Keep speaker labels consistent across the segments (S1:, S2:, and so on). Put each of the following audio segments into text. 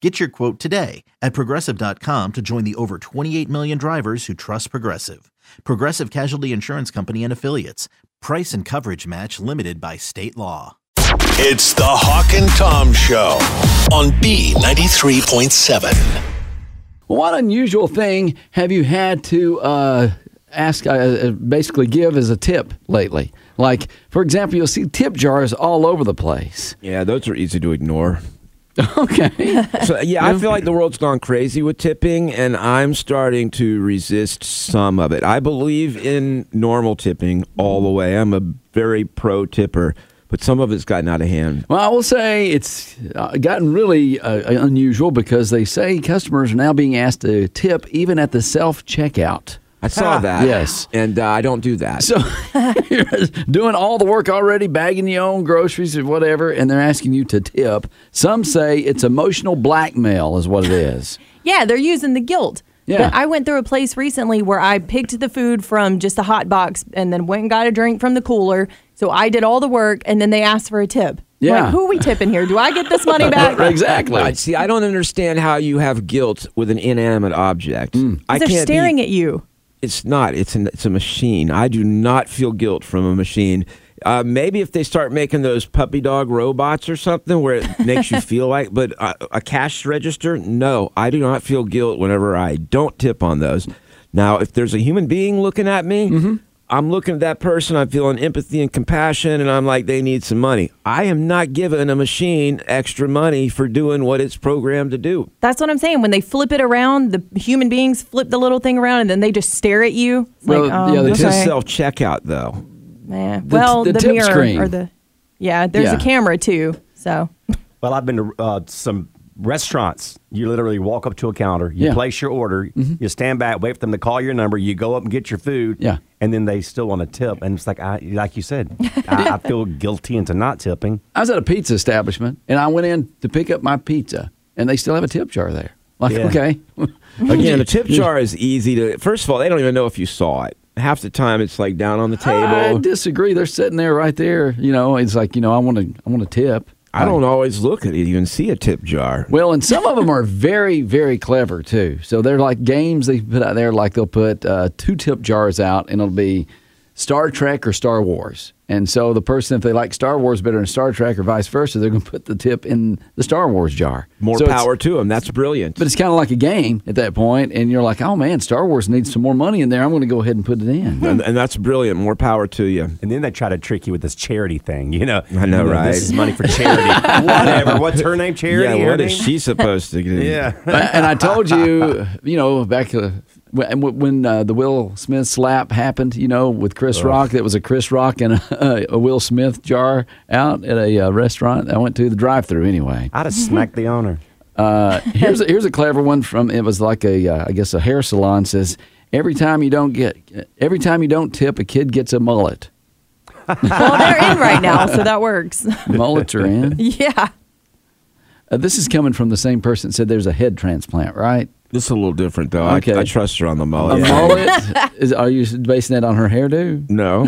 S1: Get your quote today at progressive.com to join the over 28 million drivers who trust Progressive. Progressive Casualty Insurance Company and Affiliates. Price and coverage match limited by state law.
S2: It's the Hawk and Tom Show on B93.7.
S3: What unusual thing have you had to uh, ask, uh, uh, basically give as a tip lately? Like, for example, you'll see tip jars all over the place.
S4: Yeah, those are easy to ignore.
S3: Okay.
S4: So yeah, I feel like the world's gone crazy with tipping, and I'm starting to resist some of it. I believe in normal tipping all the way. I'm a very pro tipper, but some of it's gotten out of hand.
S3: well, I will say it's uh, gotten really uh, unusual because they say customers are now being asked to tip even at the self checkout.
S4: I saw that.
S3: Yes.
S4: and uh, I don't do that.
S3: So you're doing all the work already, bagging your own groceries or whatever, and they're asking you to tip. Some say it's emotional blackmail, is what it is.
S5: Yeah, they're using the guilt.
S3: Yeah.
S5: But I went through a place recently where I picked the food from just a hot box and then went and got a drink from the cooler. So I did all the work and then they asked for a tip.
S3: Yeah.
S5: Like, who we tipping here? Do I get this money back?
S3: exactly.
S4: I see. I don't understand how you have guilt with an inanimate object.
S3: Mm.
S4: I
S5: They're
S4: can't
S5: staring
S4: be,
S5: at you.
S4: It's not. It's an, it's a machine. I do not feel guilt from a machine. Uh, maybe if they start making those puppy dog robots or something where it makes you feel like, but uh, a cash register, no, I do not feel guilt whenever I don't tip on those. Now, if there's a human being looking at me, I'm looking at that person, I'm feeling empathy and compassion, and I'm like, they need some money. I am not giving a machine extra money for doing what it's programmed to do.
S5: That's what I'm saying. When they flip it around, the human beings flip the little thing around and then they just stare at you. It's
S3: Well,
S5: like, um,
S3: yeah, they
S4: This
S3: just
S5: okay.
S4: is self checkout, though.
S5: Yeah. Well,
S3: the
S5: the,
S3: tip
S5: mirror
S3: screen.
S5: or the yeah. There's
S3: Yeah.
S5: a camera too. So
S6: Well, I've been to uh, some restaurants. You literally walk up to a counter, you
S3: Yeah. Mm-hmm.
S6: place your order, you stand back, wait for them to call your number, you go up and get your food,
S3: Yeah.
S6: and then they still want to tip. And it's like, I, like you said, I, I feel guilty into not tipping.
S3: I was at a pizza establishment and I went in to pick up my pizza, and they still have a tip jar there. Like,
S6: Yeah.
S3: okay.
S4: Again, the tip jar is easy to. First of all, they don't even know if you saw it. Half the time, it's like down on the
S3: I
S4: table.
S3: disagree. They're sitting there right there. You know, it's like, you know, I want to I want to tip.
S4: I don't always look at it, even see a tip jar.
S3: Well, and some of them are very, very clever too. So they're like games they put out there. Like they'll put uh, two tip jars out, and it'll be Star Trek or Star Wars. And so the person, if they like Star Wars better than Star Trek or vice versa, they're going to put the tip in the Star Wars jar.
S4: More
S3: So it's-
S4: power to them. That's brilliant.
S3: But it's kind of like a game at that point, and you're like, oh man, Star Wars needs some more money in there. I'm going to go ahead and put it in.
S4: and, and that's brilliant. More power to you.
S6: And then they try to trick you with this charity thing, you know.
S4: I know,
S6: You
S4: right?
S6: This is money for charity. Whatever. What's her name? Charity.
S4: yeah,
S6: Her
S4: what is
S6: name?
S4: she supposed to do?
S6: Yeah.
S3: and I told you, you know, back uh, when, when uh, the Will Smith slap happened, you know, with Chris Rock, that was a Chris Rock and a, a Will Smith jar out at a uh, restaurant. I went to the drive-through anyway.
S6: I'd have smacked the owner.
S3: Here's a, here's a clever one from it was like a uh, I guess a hair salon says every time you don't get every time you don't tip, a kid gets a mullet.
S5: well, they're in right now, so that works.
S3: Mullets are in.
S5: yeah.
S3: Uh, this is coming from the same person that said there's a head transplant, right?
S4: This is a little different, though.
S3: Okay.
S4: I, I trust her on the
S3: A
S4: mullet.
S3: mullet? Is, are you basing that on her hairdo?
S4: No.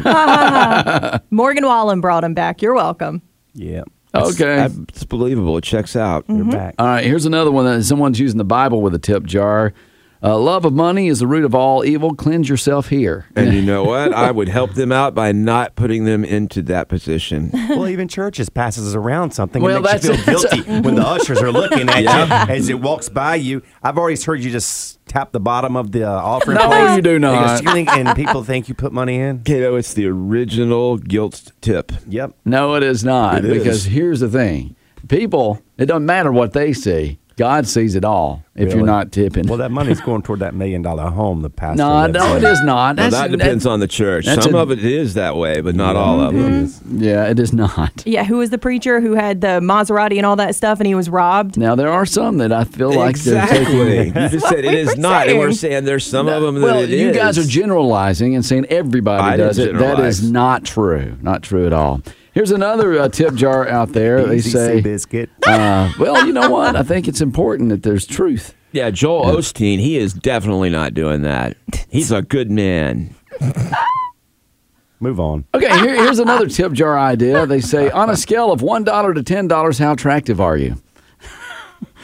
S5: Morgan Wallen brought him back. You're welcome.
S6: Yeah.
S3: Okay.
S4: It's believable. It checks out. Mm-hmm.
S6: You're back.
S3: All right, here's another one that someone's using the Bible with a tip jar. Uh, love of money is the root of all evil. Cleanse yourself here.
S4: And you know what? I would help them out by not putting them into that position.
S6: Well, even churches passes around something
S3: Well,
S6: and makes you
S3: that's-
S6: feel guilty when the ushers are looking at you as it walks by you. I've always heard you just tap the bottom of the uh, offering
S3: No,
S6: plate?
S3: you do
S6: They go
S3: not.
S6: ceiling, and people think you put money in.
S4: Kato, it's the original guilt tip.
S6: Yep.
S3: No, it is not.
S4: It
S3: because
S4: is.
S3: here's the thing people, it doesn't matter what they see, God sees it all if you're
S6: Really?
S3: not tipping.
S6: Well, that money's going toward that million dollar home. The pastor.
S3: no,
S6: lives
S3: no,
S6: in.
S3: it is not.
S4: Now,
S3: That's-
S4: that depends on the church.
S3: that's
S4: Some
S3: a- Mm-hmm.
S4: of it is that way, but not all of them.
S3: Yeah, it is not.
S5: Yeah, who was the preacher who had the Maserati and all that stuff and he was robbed?
S3: Now, there are some that I feel like they're taking
S4: Exactly. You just said it
S5: we
S4: is
S5: were
S4: not, and we're
S5: saying.
S4: saying there's some of them that
S3: well,
S4: it is.
S3: you guys are generalizing and saying everybody
S4: I didn't
S3: does it. That
S4: generalize.
S3: is not true. Not true at all. Here's another uh, tip jar out there. They
S6: Easy sea
S3: say,
S6: biscuit.
S3: uh, well, you know what? I think it's important that there's truth.
S4: Yeah, Joel Osteen, he is definitely not doing that. He's a good man.
S6: Move on.
S3: Okay, here, here's another tip jar idea. They say, on a scale of $1 to $10, how attractive are you?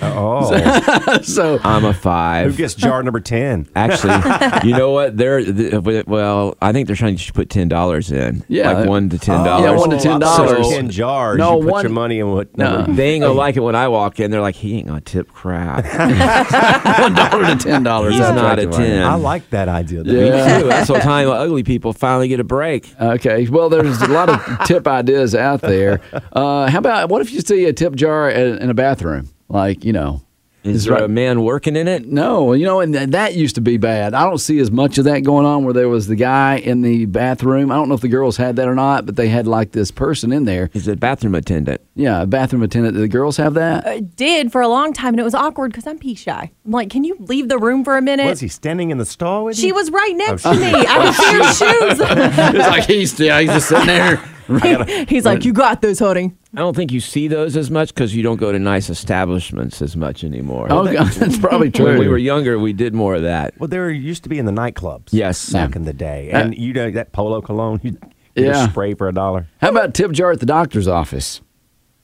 S6: Oh,
S3: So,
S4: I'm a
S6: who
S4: five.
S6: gets jar number ten?
S4: Actually, you know what? They're th- well. I think they're trying to put ten dollars in.
S3: Yeah.
S4: like one to ten dollars.
S3: Yeah, one to $10.
S6: Oh, Ten jars.
S3: No,
S6: you put
S3: one-
S6: your money in what?
S3: no,
S4: They ain't gonna like it when I walk in. They're like, he ain't gonna tip crap.
S3: $1 to $10.
S4: He's
S3: how
S4: not a
S3: attractive are you?
S4: ten.
S6: I like that idea. though.
S3: Yeah.
S4: Me too. That's what time ugly people finally get a break.
S3: Okay. Well, there's a lot of tip ideas out there. Uh, how about what if you see a tip jar in, in a bathroom? Like, you know,
S4: Is
S3: it's
S4: there
S3: right-
S4: a man working in it?
S3: No, you know, and th- that used to be bad. I don't see as much of that going on where there was the guy in the bathroom. I don't know if the girls had that or not, but they had like this person in there.
S4: Is it bathroom attendant?
S3: Yeah, a bathroom attendant. Did the girls have that?
S5: It did for a long time and it was awkward because I'm pee shy. I'm like, can you leave the room for a minute?
S6: Was he standing in the stall with you?
S5: She was right next
S6: Oh,
S5: to me. I was bare shoes.
S3: it's like he's, yeah, he's just sitting there.
S5: He's like, you got this, honey.
S4: I don't think you see those as much because you don't go to nice establishments as much anymore.
S3: Oh, God, that's probably true.
S4: When we were younger, we did more of that.
S6: Well, there used to be in the nightclubs.
S4: Yes.
S6: back in the day, and you know that polo cologne, you get
S3: Yeah.
S6: a spray for a dollar.
S3: How about tip jar at the doctor's office?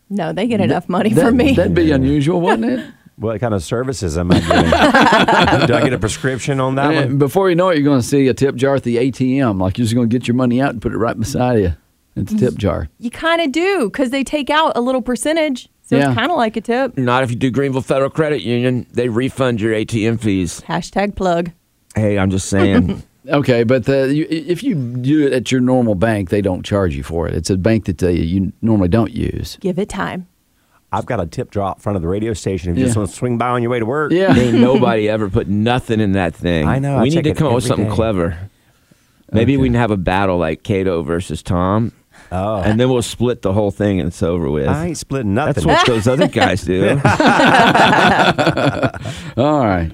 S5: No, they get enough money
S3: That,
S5: from me.
S3: That'd be unusual, wouldn't it?
S6: What kind of services am I getting? Do I get a prescription on that
S3: And
S6: one?
S3: before you know it, you're going to see a tip jar at the ATM. Like you're just going to get your money out and put it right beside you. It's a
S5: Mm.
S3: tip jar.
S5: you kind of do because they take out a little percentage. So
S3: Yeah.
S5: it's kind of like a tip.
S4: Not if you do Greenville Federal Credit Union. They refund your ATM fees.
S5: Hashtag plug.
S4: Hey, I'm just saying.
S3: Okay, but the, you, if you do it at your normal bank, they don't charge you for it. It's a bank that they, you normally don't use.
S5: Give it time.
S6: I've got a tip drop in front of the radio station. If you just
S3: Yeah.
S6: want to swing by on your way to work,
S3: Yeah.
S4: Ain't nobody ever put nothing in that thing.
S6: I know,
S4: We
S6: I
S4: need
S6: check
S4: to
S6: it
S4: come up with
S6: every
S4: something
S6: day.
S4: clever. Maybe we can have a battle like Cato versus Tom. Oh. And then we'll split the whole thing and it's over with.
S6: I ain't splitting nothing.
S4: That's what those other guys do.
S3: All right.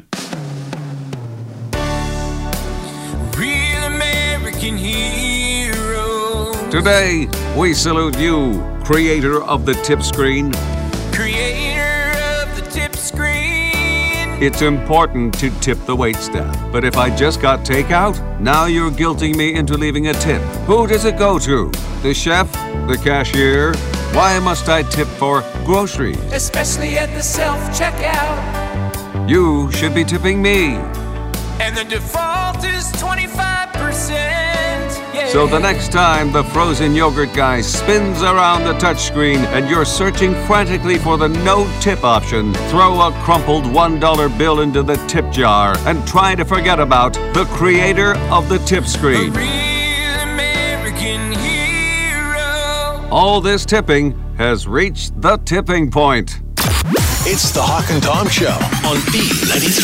S7: Real American hero.
S8: Today, we salute you, creator of the tip screen.
S7: Creator of the tip screen.
S8: It's important to tip the waitstaff, but if I just got takeout, now you're guilting me into leaving a tip. Who does it go to? The chef? The cashier? Why must I tip for groceries?
S7: Especially at the self checkout.
S8: You should be tipping me.
S7: And the default is 25%. Yeah.
S8: So the next time the frozen yogurt guy spins around the touchscreen and you're searching frantically for the no tip option, throw a crumpled $1 bill into the tip jar and try to forget about the creator of the tip
S7: A
S8: screen.
S7: real American hero.
S8: All this tipping has reached the tipping point.
S2: It's the Hawk and Tom Show on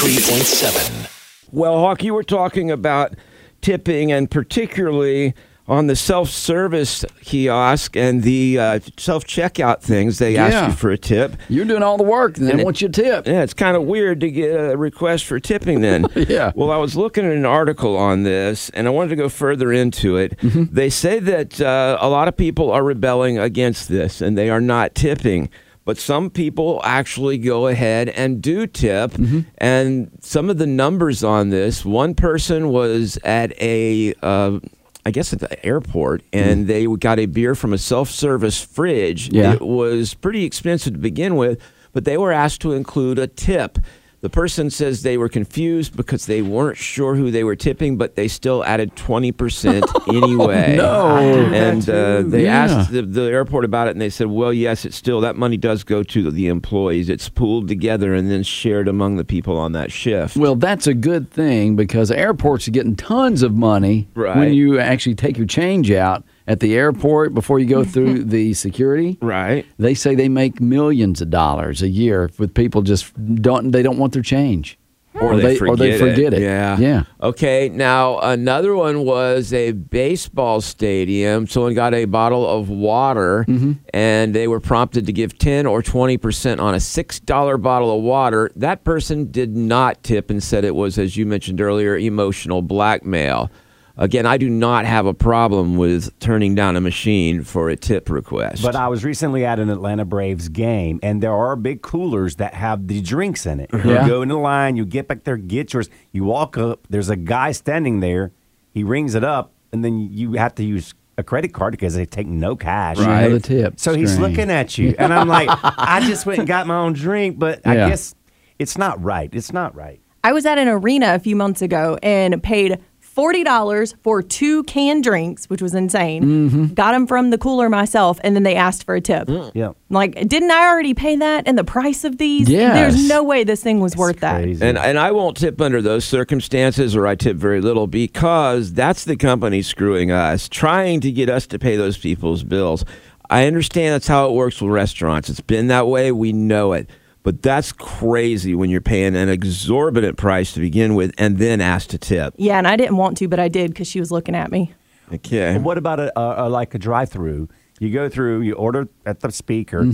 S2: B93.7.
S4: Well, Hawk, you were talking about tipping and particularly on the self service kiosk and the uh, self checkout things. They
S3: Yeah.
S4: ask you for a tip.
S3: You're doing all the work and they
S4: And it-
S3: want you to tip.
S4: Yeah, it's kind of weird to get a request for tipping then.
S3: Yeah.
S4: Well, I was looking at an article on this and I wanted to go further into it.
S3: Mm-hmm.
S4: They say that uh, a lot of people are rebelling against this and they are not tipping. But some people actually go ahead and do tip.
S3: Mm-hmm.
S4: And some of the numbers on this one person was at a. Uh, I guess at the airport, and they got a beer from a self service fridge.
S3: Mm-hmm. Yeah.
S4: It was pretty expensive to begin with, but they were asked to include a tip. The person says they were confused because they weren't sure who they were tipping, but they still added 20% anyway.
S3: Oh, no. I do that
S4: And uh,
S3: too.
S4: they
S3: Yeah.
S4: asked the, the airport about it, and they said, well, yes, it's still, that money does go to the employees. It's pooled together and then shared among the people on that shift.
S3: Well, that's a good thing because airports are getting tons of money
S4: Right.
S3: when you actually take your change out at the airport before you go through the security.
S4: Right.
S3: They say they make millions of dollars a year with people just don't they don't want their change.
S4: or they, forget,
S3: or they forget it.
S4: Yeah.
S3: Yeah.
S4: Okay. Now another one was a baseball stadium. Someone got a bottle of water,
S3: Mm-hmm.
S4: and they were prompted to give ten or twenty percent on a six dollar bottle of water. That person did not tip and said it was, as you mentioned earlier, emotional blackmail. Again, I do not have a problem with turning down a machine for a tip request.
S6: But I was recently at an Atlanta Braves game, and there are big coolers that have the drinks in it.
S3: Yeah.
S6: You go in the line, you get back there, get yours. You walk up, there's a guy standing there. He rings it up, and then you have to use a credit card because they take no cash.
S3: You have the tip.
S6: So he's
S3: screen.
S6: looking at you, and I'm like, I just went and got my own drink, but I
S3: Yeah.
S6: guess it's not right. It's not right.
S5: I was at an arena a few months ago and paid $40 for two canned drinks, which was insane. Got them from the cooler myself, and then they asked for a tip.
S6: Yeah.
S5: Like, didn't I already pay that and the price of these?
S3: Yes.
S5: There's no way this thing was worth that.
S6: Crazy.
S4: And and I won't tip under those circumstances, or I tip very little because that's the company screwing us, trying to get us to pay those people's bills. I understand that's how it works with restaurants. It's been that way. We know it. But that's crazy when you're paying an exorbitant price to begin with and then asked to tip.
S5: Yeah, and I didn't want to, but I did because she was looking at me.
S4: Okay.
S6: What about a, a, a like a drive-through? You go through, you order at the speaker,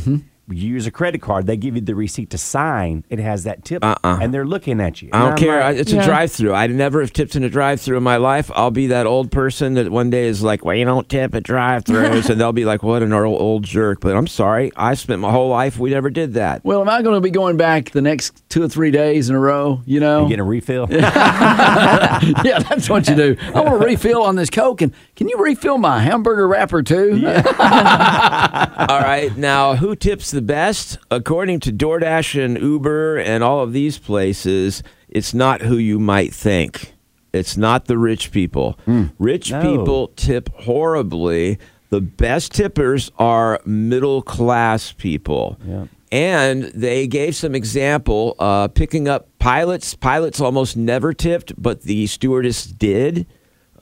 S6: you use a credit card. They give you the receipt to sign. It has that tip, uh-uh. and they're looking at you.
S4: I
S6: And
S4: don't
S6: I'm
S4: care. I
S6: like,
S4: it's a
S5: Yeah.
S4: drive-through. I never have tipped in a drive-through in my life. I'll be that old person that one day is like, "Well, you don't tip at drive-throughs," and they'll be like, "What an old, old jerk." But I'm sorry. I spent my whole life. We never did that.
S3: Well, am I going to be going back the next two or three days in a row? You know,
S6: you getting a refill?
S3: yeah, that's what you do. I want to refill on this Coke, and can you refill my hamburger wrapper too?
S4: all right. Now, who tips the best? According to DoorDash and Uber and all of these places, it's not who you might think. It's not the rich people. Rich
S6: No.
S4: people tip horribly. The best tippers are middle class people. And they gave some example uh, picking up pilots. Pilots almost never tipped, but the stewardess did.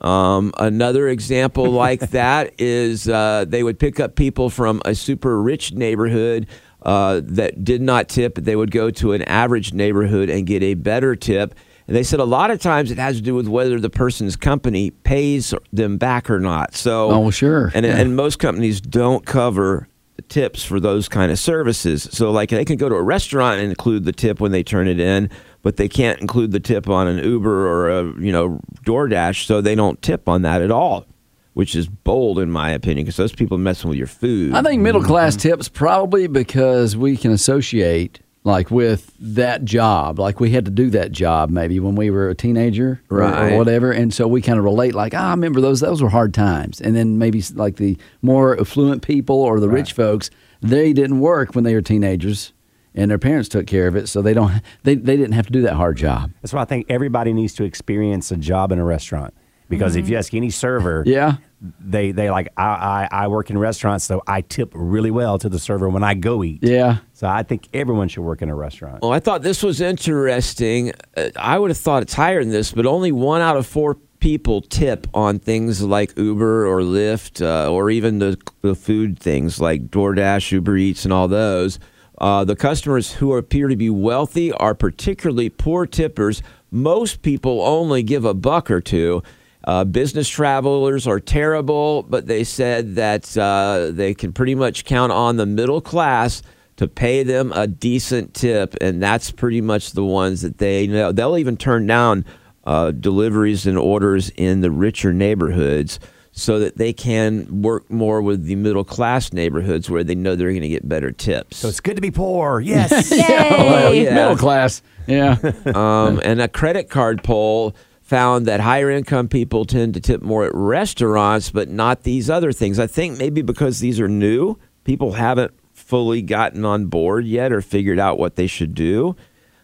S4: Um, another example like that is uh, they would pick up people from a super rich neighborhood uh, that did not tip. They would go to an average neighborhood and get a better tip. And they said a lot of times it has to do with whether the person's company pays them back or not. So,
S3: Oh, sure.
S4: And,
S3: Yeah.
S4: and most companies don't cover tips for those kind of services. So, like, they can go to a restaurant and include the tip when they turn it in, but they can't include the tip on an Uber or a you know DoorDash, so they don't tip on that at all, which is bold in my opinion because those people are messing with your food.
S3: I think middle class tips probably because we can associate like with that job, like we had to do that job maybe when we were a teenager or- or,
S4: Right.
S3: whatever, and so we kind of relate like ah, I remember those; those were hard times. And then maybe s- like the more affluent people or the rich folks, they didn't work when they were teenagers, and their parents took care of it, so they don't they they didn't have to do that hard job.
S6: That's why I think everybody needs to experience a job in a restaurant. Because if you ask any server,
S3: Yeah.
S6: they they like I, I I work in restaurants, so I tip really well to the server when I go eat.
S3: Yeah.
S6: So I think everyone should work in a restaurant.
S4: Well, I thought this was interesting. Uh, I would have thought it's higher than this, but only one out of four people tip on things like Uber or Lyft, uh, or even the the food things like DoorDash, Uber Eats, and all those. Uh, the customers who appear to be wealthy are particularly poor tippers. Most people only give a buck or two. Uh, business travelers are terrible, but they said that uh, they can pretty much count on the middle class to pay them a decent tip, and that's pretty much the ones that they know. They'll even turn down uh, deliveries and orders in the richer neighborhoods so that they can work more with the middle class neighborhoods where they know they're going to get better tips.
S6: So it's good to be poor. Yes.
S4: Well,
S5: Yay!
S4: yeah.
S3: Middle class. Yeah.
S4: Um, and a credit card poll found that higher income people tend to tip more at restaurants, but not these other things. I think maybe because these are new, people haven't fully gotten on board yet or figured out what they should do.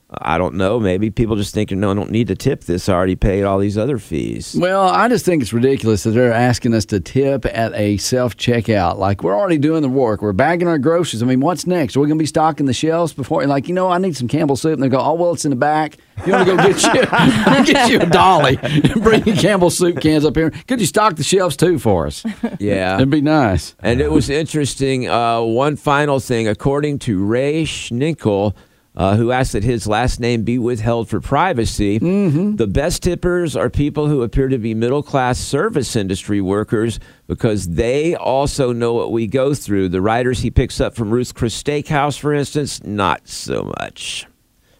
S4: Uh, I don't know. Maybe people just thinking, no, I don't need to tip this. I already paid all these other fees.
S3: Well, I just think it's ridiculous that they're asking us to tip at a self checkout. Like we're already doing the work. We're bagging our groceries. I mean, what's next? Are we going to be stocking the shelves before? And like, you know, I need some Campbell soup. And they go, oh well, it's in the back. You want to go get you I'll get you a dolly and bring your Campbell soup cans up here? Could you stock the shelves too for us?
S4: Yeah.
S3: It'd be nice.
S4: And it was interesting. Uh, one final thing, according to Ray Schninkel, uh, who asked that his last name be withheld for privacy, the best tippers are people who appear to be middle class service industry workers because they also know what we go through. The writers he picks up from Ruth Chris Steakhouse, for instance, not so much.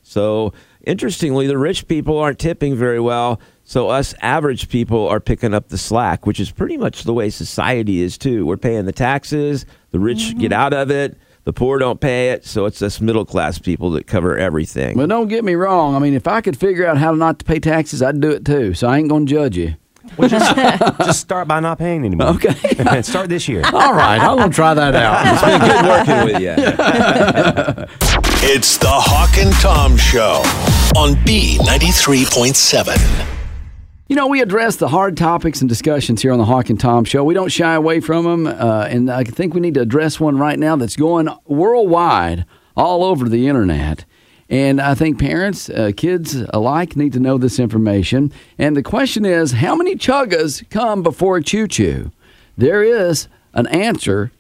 S4: So interestingly, the rich people aren't tipping very well. So us average people are picking up the slack, which is pretty much the way society is too. We're paying the taxes, the rich
S3: Mm-hmm.
S4: get out of it, the poor don't pay it. So it's us middle class people that cover everything.
S3: But don't get me wrong. I mean, if I could figure out how not to pay taxes, I'd do it too. So I ain't going to judge you.
S6: Well, just, just start by not paying anymore. Okay. start this year.
S3: All right, I'm going to try that out.
S4: It's been good working with you.
S2: It's the Hawk and Tom Show on B93.7.
S3: You know, we address the hard topics and discussions here on the Hawk and Tom Show. We don't shy away from them, uh, and I think we need to address one right now that's going worldwide, all over the internet. And I think parents, uh, kids alike, need to know this information. And the question is, how many chuggas come before a choo choo? There is an answer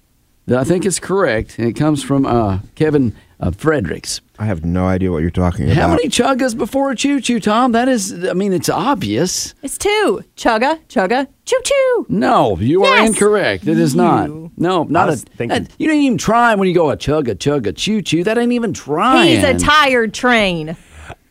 S3: that I think is correct, and it comes from uh, Kevin uh, Fredericks.
S9: I have no idea what you're talking about.
S3: How many chuggas before a choo choo, Tom? That is, I mean, it's obvious.
S5: It's two. Chugga, chugga, choo choo.
S3: No, you are
S5: Yes.
S3: incorrect. It is not.
S5: You.
S3: No, not a.
S6: was thinking-
S3: that- you didn't even try when you go a chug a chug a choo choo. That ain't even trying.
S5: He's a tired train.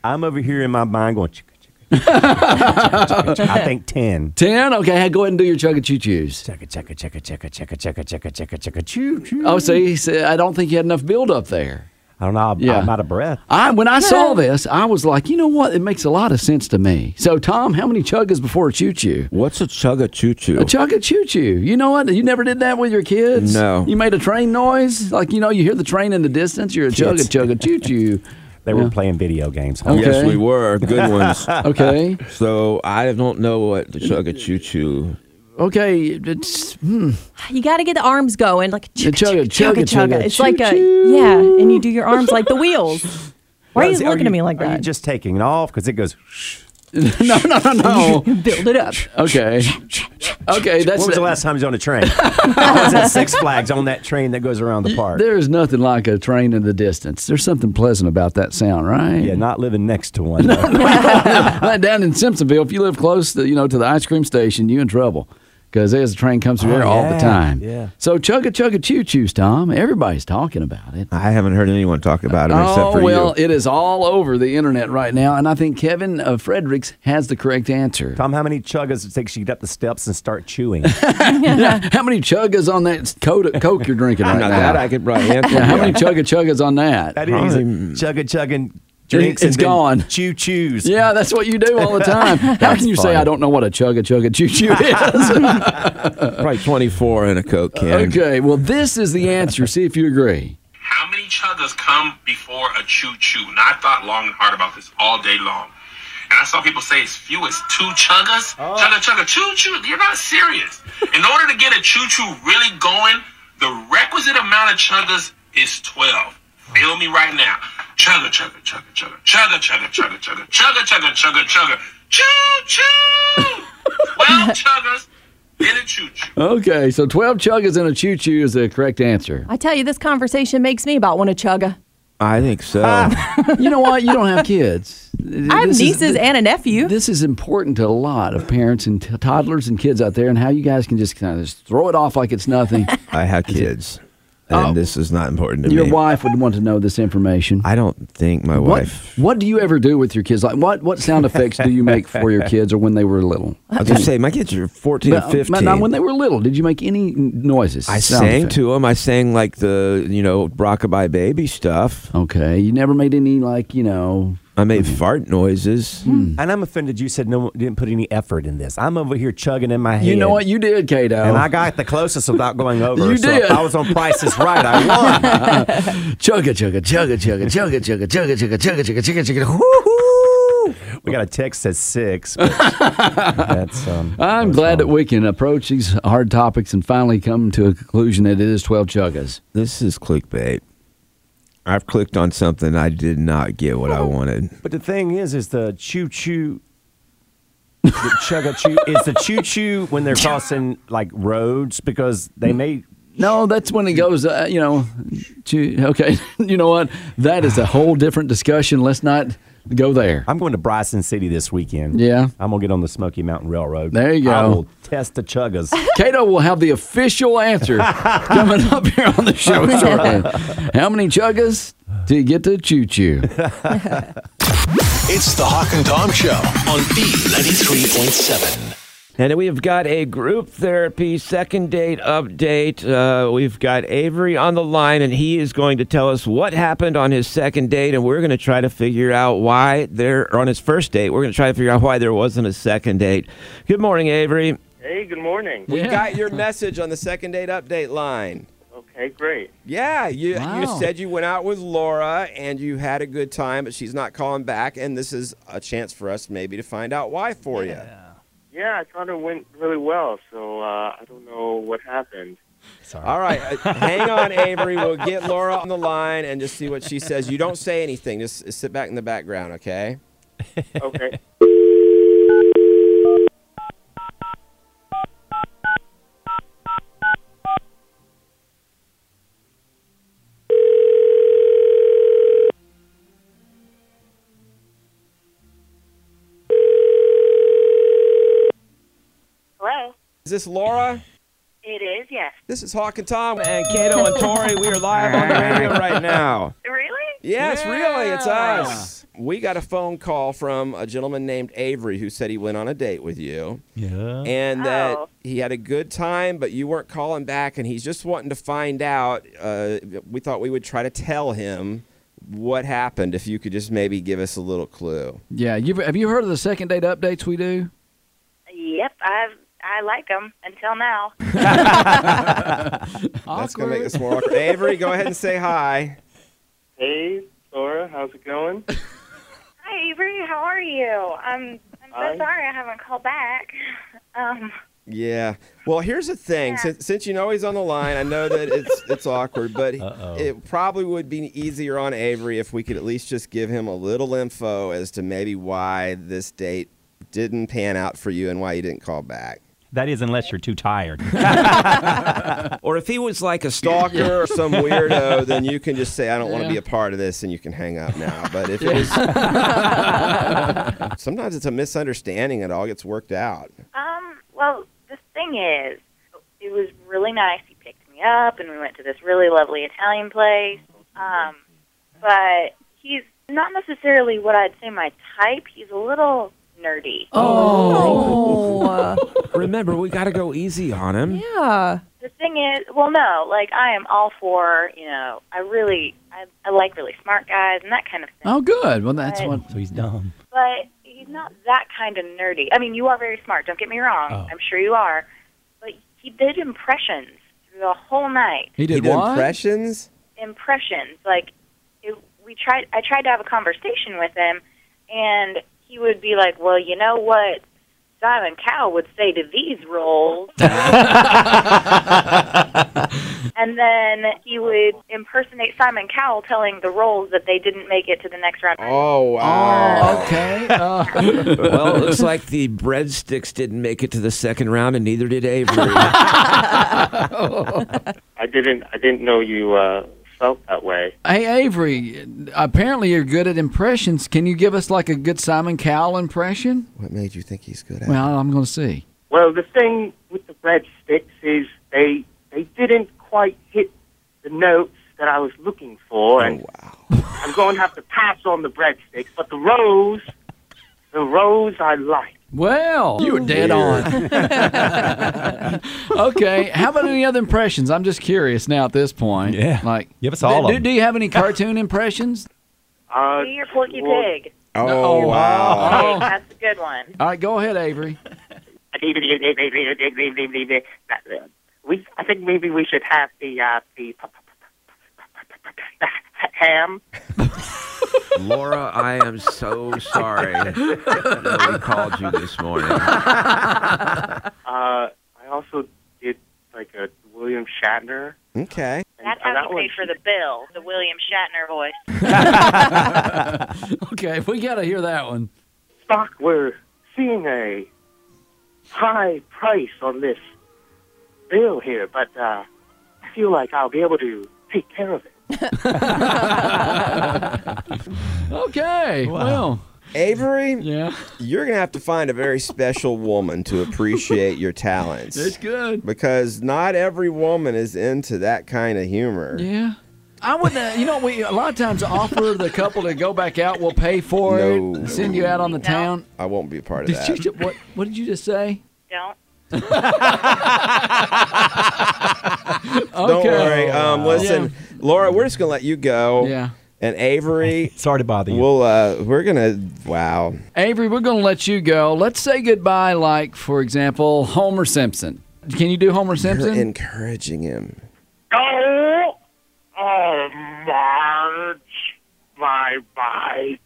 S6: I'm over here in my mind going, chicka, chicka, chicka, chicka, chicka. I think 10.
S3: Ten. Okay, hey, go ahead and do your chug a choo choos.
S6: Chicka, chicka, chicka, chicka, chicka, chicka, chicka, chicka, chicka, choo, choo.
S3: Oh, see, he said, I don't think you had enough build up there.
S6: I don't know. I'm,
S3: Yeah.
S6: I'm out of breath.
S3: I when I saw this, I was like, you know what? It makes a lot of sense to me. So, Tom, how many chuggas before a choo choo?
S4: What's a chugga choo choo?
S3: A chug a choo choo. You know what? You never did that with your kids.
S4: No.
S3: You made a train noise, like you know, you hear the train in the distance. You're a chug a
S6: Kids.
S3: chug a choo choo.
S6: They were playing video games.
S3: Okay.
S4: Yes, we were good ones.
S3: Okay.
S4: so I don't know what the chugga choo choo.
S3: Okay. It's
S5: You got to get the arms going, like
S3: Yeah,
S5: chugga,
S3: chugga,
S5: chugga,
S3: chugga,
S5: chugga,
S3: chugga,
S5: It's like a
S3: choo-choo.
S5: yeah, and you do your arms like the wheels. Why are you
S6: Is-
S5: looking at me like
S6: Are
S5: that?
S6: you just taking it off? Because it goes, shh.
S3: no, no, no, no.
S5: build it up.
S3: Okay. Okay, that's
S6: When was the last time you was on a train? I was at Six Flags on that train that goes around the park.
S3: There is nothing like a train in the distance. There's something pleasant about that sound, right?
S6: Yeah, not living next to one. though.
S3: Like down in Simpsonville, if you live close, to, you know, to the ice cream station, you in trouble because there's a train comes through
S6: Oh,
S3: there all the
S6: yeah,
S3: time.
S6: yeah.
S3: So chugga chugga choo choos, Tom. Everybody's talking about it.
S9: I haven't heard anyone talk about it except
S3: Oh
S9: for
S3: well,
S9: you.
S3: it is all over the internet right now, and I think Kevin uh, Fredericks has the correct answer.
S6: Tom, how many chuggas it takes you to get up the steps and start chewing?
S3: How many chuggas on that Coke, Coke you're drinking right
S4: Not
S3: now?
S4: that I could probably answer.
S3: yeah, how many chugga chuggas on that?
S6: That is chugga chugging drinks.
S3: it's gone.
S6: Chew chews.
S3: Yeah, that's what you do all the time. How can you say
S6: funny.
S3: I don't know what a chugga chugga choo choo is?
S4: Probably twenty four in a coke can.
S3: okay, well this is the answer. See if you agree.
S10: How many chuggas come before a choo choo? And I thought long and hard about this all day long. And I saw people say it's few as two chuggas.
S3: Oh.
S10: Chugga chugga choo choo. You're not serious. In order to get a choo choo really going, the requisite amount of chuggas is 12. Feel me right now. Chugga chugga chugga chugga. Chugga chugga chugga chugga. Chugga chugga chugga chugga. Choo choo. 12 chuggas in a choo choo.
S3: Okay, so twelve chuggas and a choo choo is the correct answer.
S5: I tell you, this conversation makes me about want to chugga.
S4: I think so.
S3: You know what? You don't have kids.
S5: I have
S3: This is-
S5: nieces and a nephew.
S3: This is important to a lot of parents and t- toddlers and kids out there, and how you guys can just kind of just throw it off like it's nothing.
S4: I have kids, and
S3: Oh.
S4: this is not important to
S3: Your
S4: me.
S3: wife would want to know this information.
S4: I don't think my
S3: What,
S4: wife.
S3: what do you ever do with your kids? Like what, what sound effects do you make for your kids or when they were little?
S4: I was gonna say my kids are fourteen
S3: But,
S4: and
S3: uh,
S4: fifteen.
S3: now, when they were little, did you make any n- noises?
S4: I
S3: sound
S4: sang
S3: effects?
S4: to them. I sang like the you know rockabye baby stuff.
S3: Okay, you never made any like you know.
S4: Uh
S9: I made fart noises.
S3: Hmm.
S6: And I'm offended you said no one didn't put any effort in this. I'm over here chugging in my head.
S3: You know what? You did, Kato.
S6: And I got the closest without going over.
S3: Oh. You
S6: so
S3: did.
S6: If I was on Price is Right. I won.
S3: chugga chugga chugga chugga chugga chugga chugga chugga chugga chugga chugga chugga.
S6: We got a text at six. but that's um,
S3: I'm glad that we can approach these hard topics and finally come to a conclusion that it is 12 chuggas.
S9: This is clickbait. I've clicked on something I did not get what I
S3: Oh.
S9: wanted.
S6: But the thing is, is the choo choo, the chugga choo, is the choo choo when they're crossing like roads because they may.
S3: No, that's when it goes, uh, you know, to, okay, you know what? That is a whole different discussion. Let's not go there.
S6: I'm going to Bryson City this weekend.
S3: Yeah.
S6: I'm gonna get on the Smoky Mountain Railroad.
S3: There you
S6: I
S3: go.
S6: will test the chuggas.
S3: Cato will have the official answer coming up here on the show. shortly. How many chuggas do you get to choo choo?
S2: It's the Hawk and Tom Show on B93.7.
S9: And we've got a group therapy second date update. Uh, we've got Avery on the line, and he is going to tell us what happened on his second date, and we're going to try to figure out why there or on his first date. We're going to try to figure out why there wasn't a second date. Good morning, Avery.
S11: Hey, good morning.
S9: We got your message on the second date update line.
S11: Okay, great.
S9: Yeah, you you
S11: Wow.
S9: said you went out with Laura and you had a good time, but she's not calling back, and this is a chance for us maybe to find out why for
S11: Yeah, I thought it went really well, so uh, I don't know what happened.
S9: you. All right, uh, hang on, Avery. We'll get Laura on the line and just see what she says. You don't say anything. Just uh, sit back in the background, okay?
S11: Okay.
S12: Hello.
S9: Is this Laura?
S12: It is, yes.
S9: This is Hawk and Tom and Kato and Tori. We are live on the radio right now.
S12: Really?
S9: Yes, really, it's us. We got a phone call from a gentleman named Avery who said he went on a date with you.
S13: Yeah.
S9: And that
S12: Oh.
S9: he had a good time, but you weren't calling back, and he's just wanting to find out. Uh, we thought we would try to tell him what happened if you could just maybe give us a little clue.
S3: Yeah, you've, have you heard of the second date updates we do?
S12: Yep, I I like them until now.
S9: That's going to make this more awkward. Avery, go ahead and say hi.
S11: Hey, Laura, how's it going?
S12: Hi, Avery. How are you? I'm I'm so
S9: Hi.
S12: sorry I haven't called back. Um,
S9: Yeah. Well, here's the thing. Since, since you know he's on the line, I know that it's it's awkward, but it probably would be easier on Avery if we could at least just give him a little info as to maybe why this date didn't pan out for you and why you didn't call back.
S13: That is, unless you're too tired.
S9: Or if he was like a stalker or some weirdo, then you can just say, I don't want to be
S13: Yeah.
S9: a part of this and you can hang up now. But if it was sometimes it's a misunderstanding, it all gets worked out.
S12: um, well, the thing is, it was really nice. He picked me up, and we went to this really lovely Italian place. Um, but he's not necessarily what I'd say my type. He's a little nerdy.
S3: Oh,
S9: Oh. Remember, we got to go easy on him.
S12: Yeah. The thing is, well, no, like I am all for, you know, I really, I, I like really smart guys and that kind of thing.
S3: Oh, good. Well, that's
S12: Right.
S3: what. So he's dumb.
S12: But he's not that kind of nerdy. I mean, you are very smart. Don't get me wrong.
S3: Oh.
S12: I'm sure you are. But he did impressions through the whole night.
S9: He did,
S3: what?
S9: impressions.
S12: Impressions, like it, we tried. I tried to have a conversation with him, and he would be like, "Well, you know what." Simon Cowell would say to these roles, and then he would impersonate Simon Cowell telling the roles that they didn't make it to the next round.
S9: Oh wow.
S3: okay.
S9: Oh,
S3: Uh,
S9: well, it looks like the breadsticks didn't make it to the second round, and neither did Avery.
S11: I didn't. I didn't know you uh, felt that way.
S3: Hey, Avery, apparently you're good at impressions. Can you give us like a good Simon Cowell impression?
S9: what made you think he's good at?
S3: Well, I'm going to see.
S11: Well, the thing with the red sticks is they they didn't quite hit the notes that I was looking for, and I'm going to have to pass on the breadsticks. But the rose, the rose, I like.
S3: Well, you were dead on. okay. How about any other impressions? I'm just curious now at this point. Yeah. Like,
S13: Give us all
S3: do,
S13: of 'em.
S3: do you have any cartoon impressions?
S11: Uh,
S12: Be your Porky
S11: well,
S12: Pig.
S9: Oh,
S3: No.
S9: wow.
S12: Hey, that's a good one.
S3: All right, go ahead, Avery.
S11: we, I think maybe we should have the uh, the ham.
S4: Laura, I am so sorry that we called you this morning.
S11: Uh, I also did like a William Shatner.
S9: Okay.
S12: That's how
S11: that
S12: we
S11: one-
S12: paid for the bill, the William Shatner voice.
S3: okay, we got to hear that one.
S11: Stock we're seeing a high price on this bill here, but uh, I feel like I'll be able to take care of it.
S3: Okay. Well,
S9: Avery,
S3: yeah.
S9: you're going to have to find a very special woman to appreciate your talents.
S3: It's good.
S9: Because not every woman is into that kind of humor.
S3: Yeah. I wouldn't. uh, You know, we a lot of times offer the couple to go back out. We'll pay for
S9: No.
S3: it. Send you out on the town.
S9: I won't be a part of
S3: Did you
S9: that.
S3: ju- what? What did you just say?
S12: Don't.
S9: Don't
S3: Okay.
S9: worry. Um, listen, Laura, we're just going to let you go.
S3: Yeah.
S9: And Avery, sorry to bother you. We'll uh, we're gonna wow.
S3: Avery, we're going to let you go. Let's say goodbye. Like, for example, Homer Simpson. Can you do Homer Simpson?
S9: encouraging him.
S11: Oh, oh, Marge, bye bye.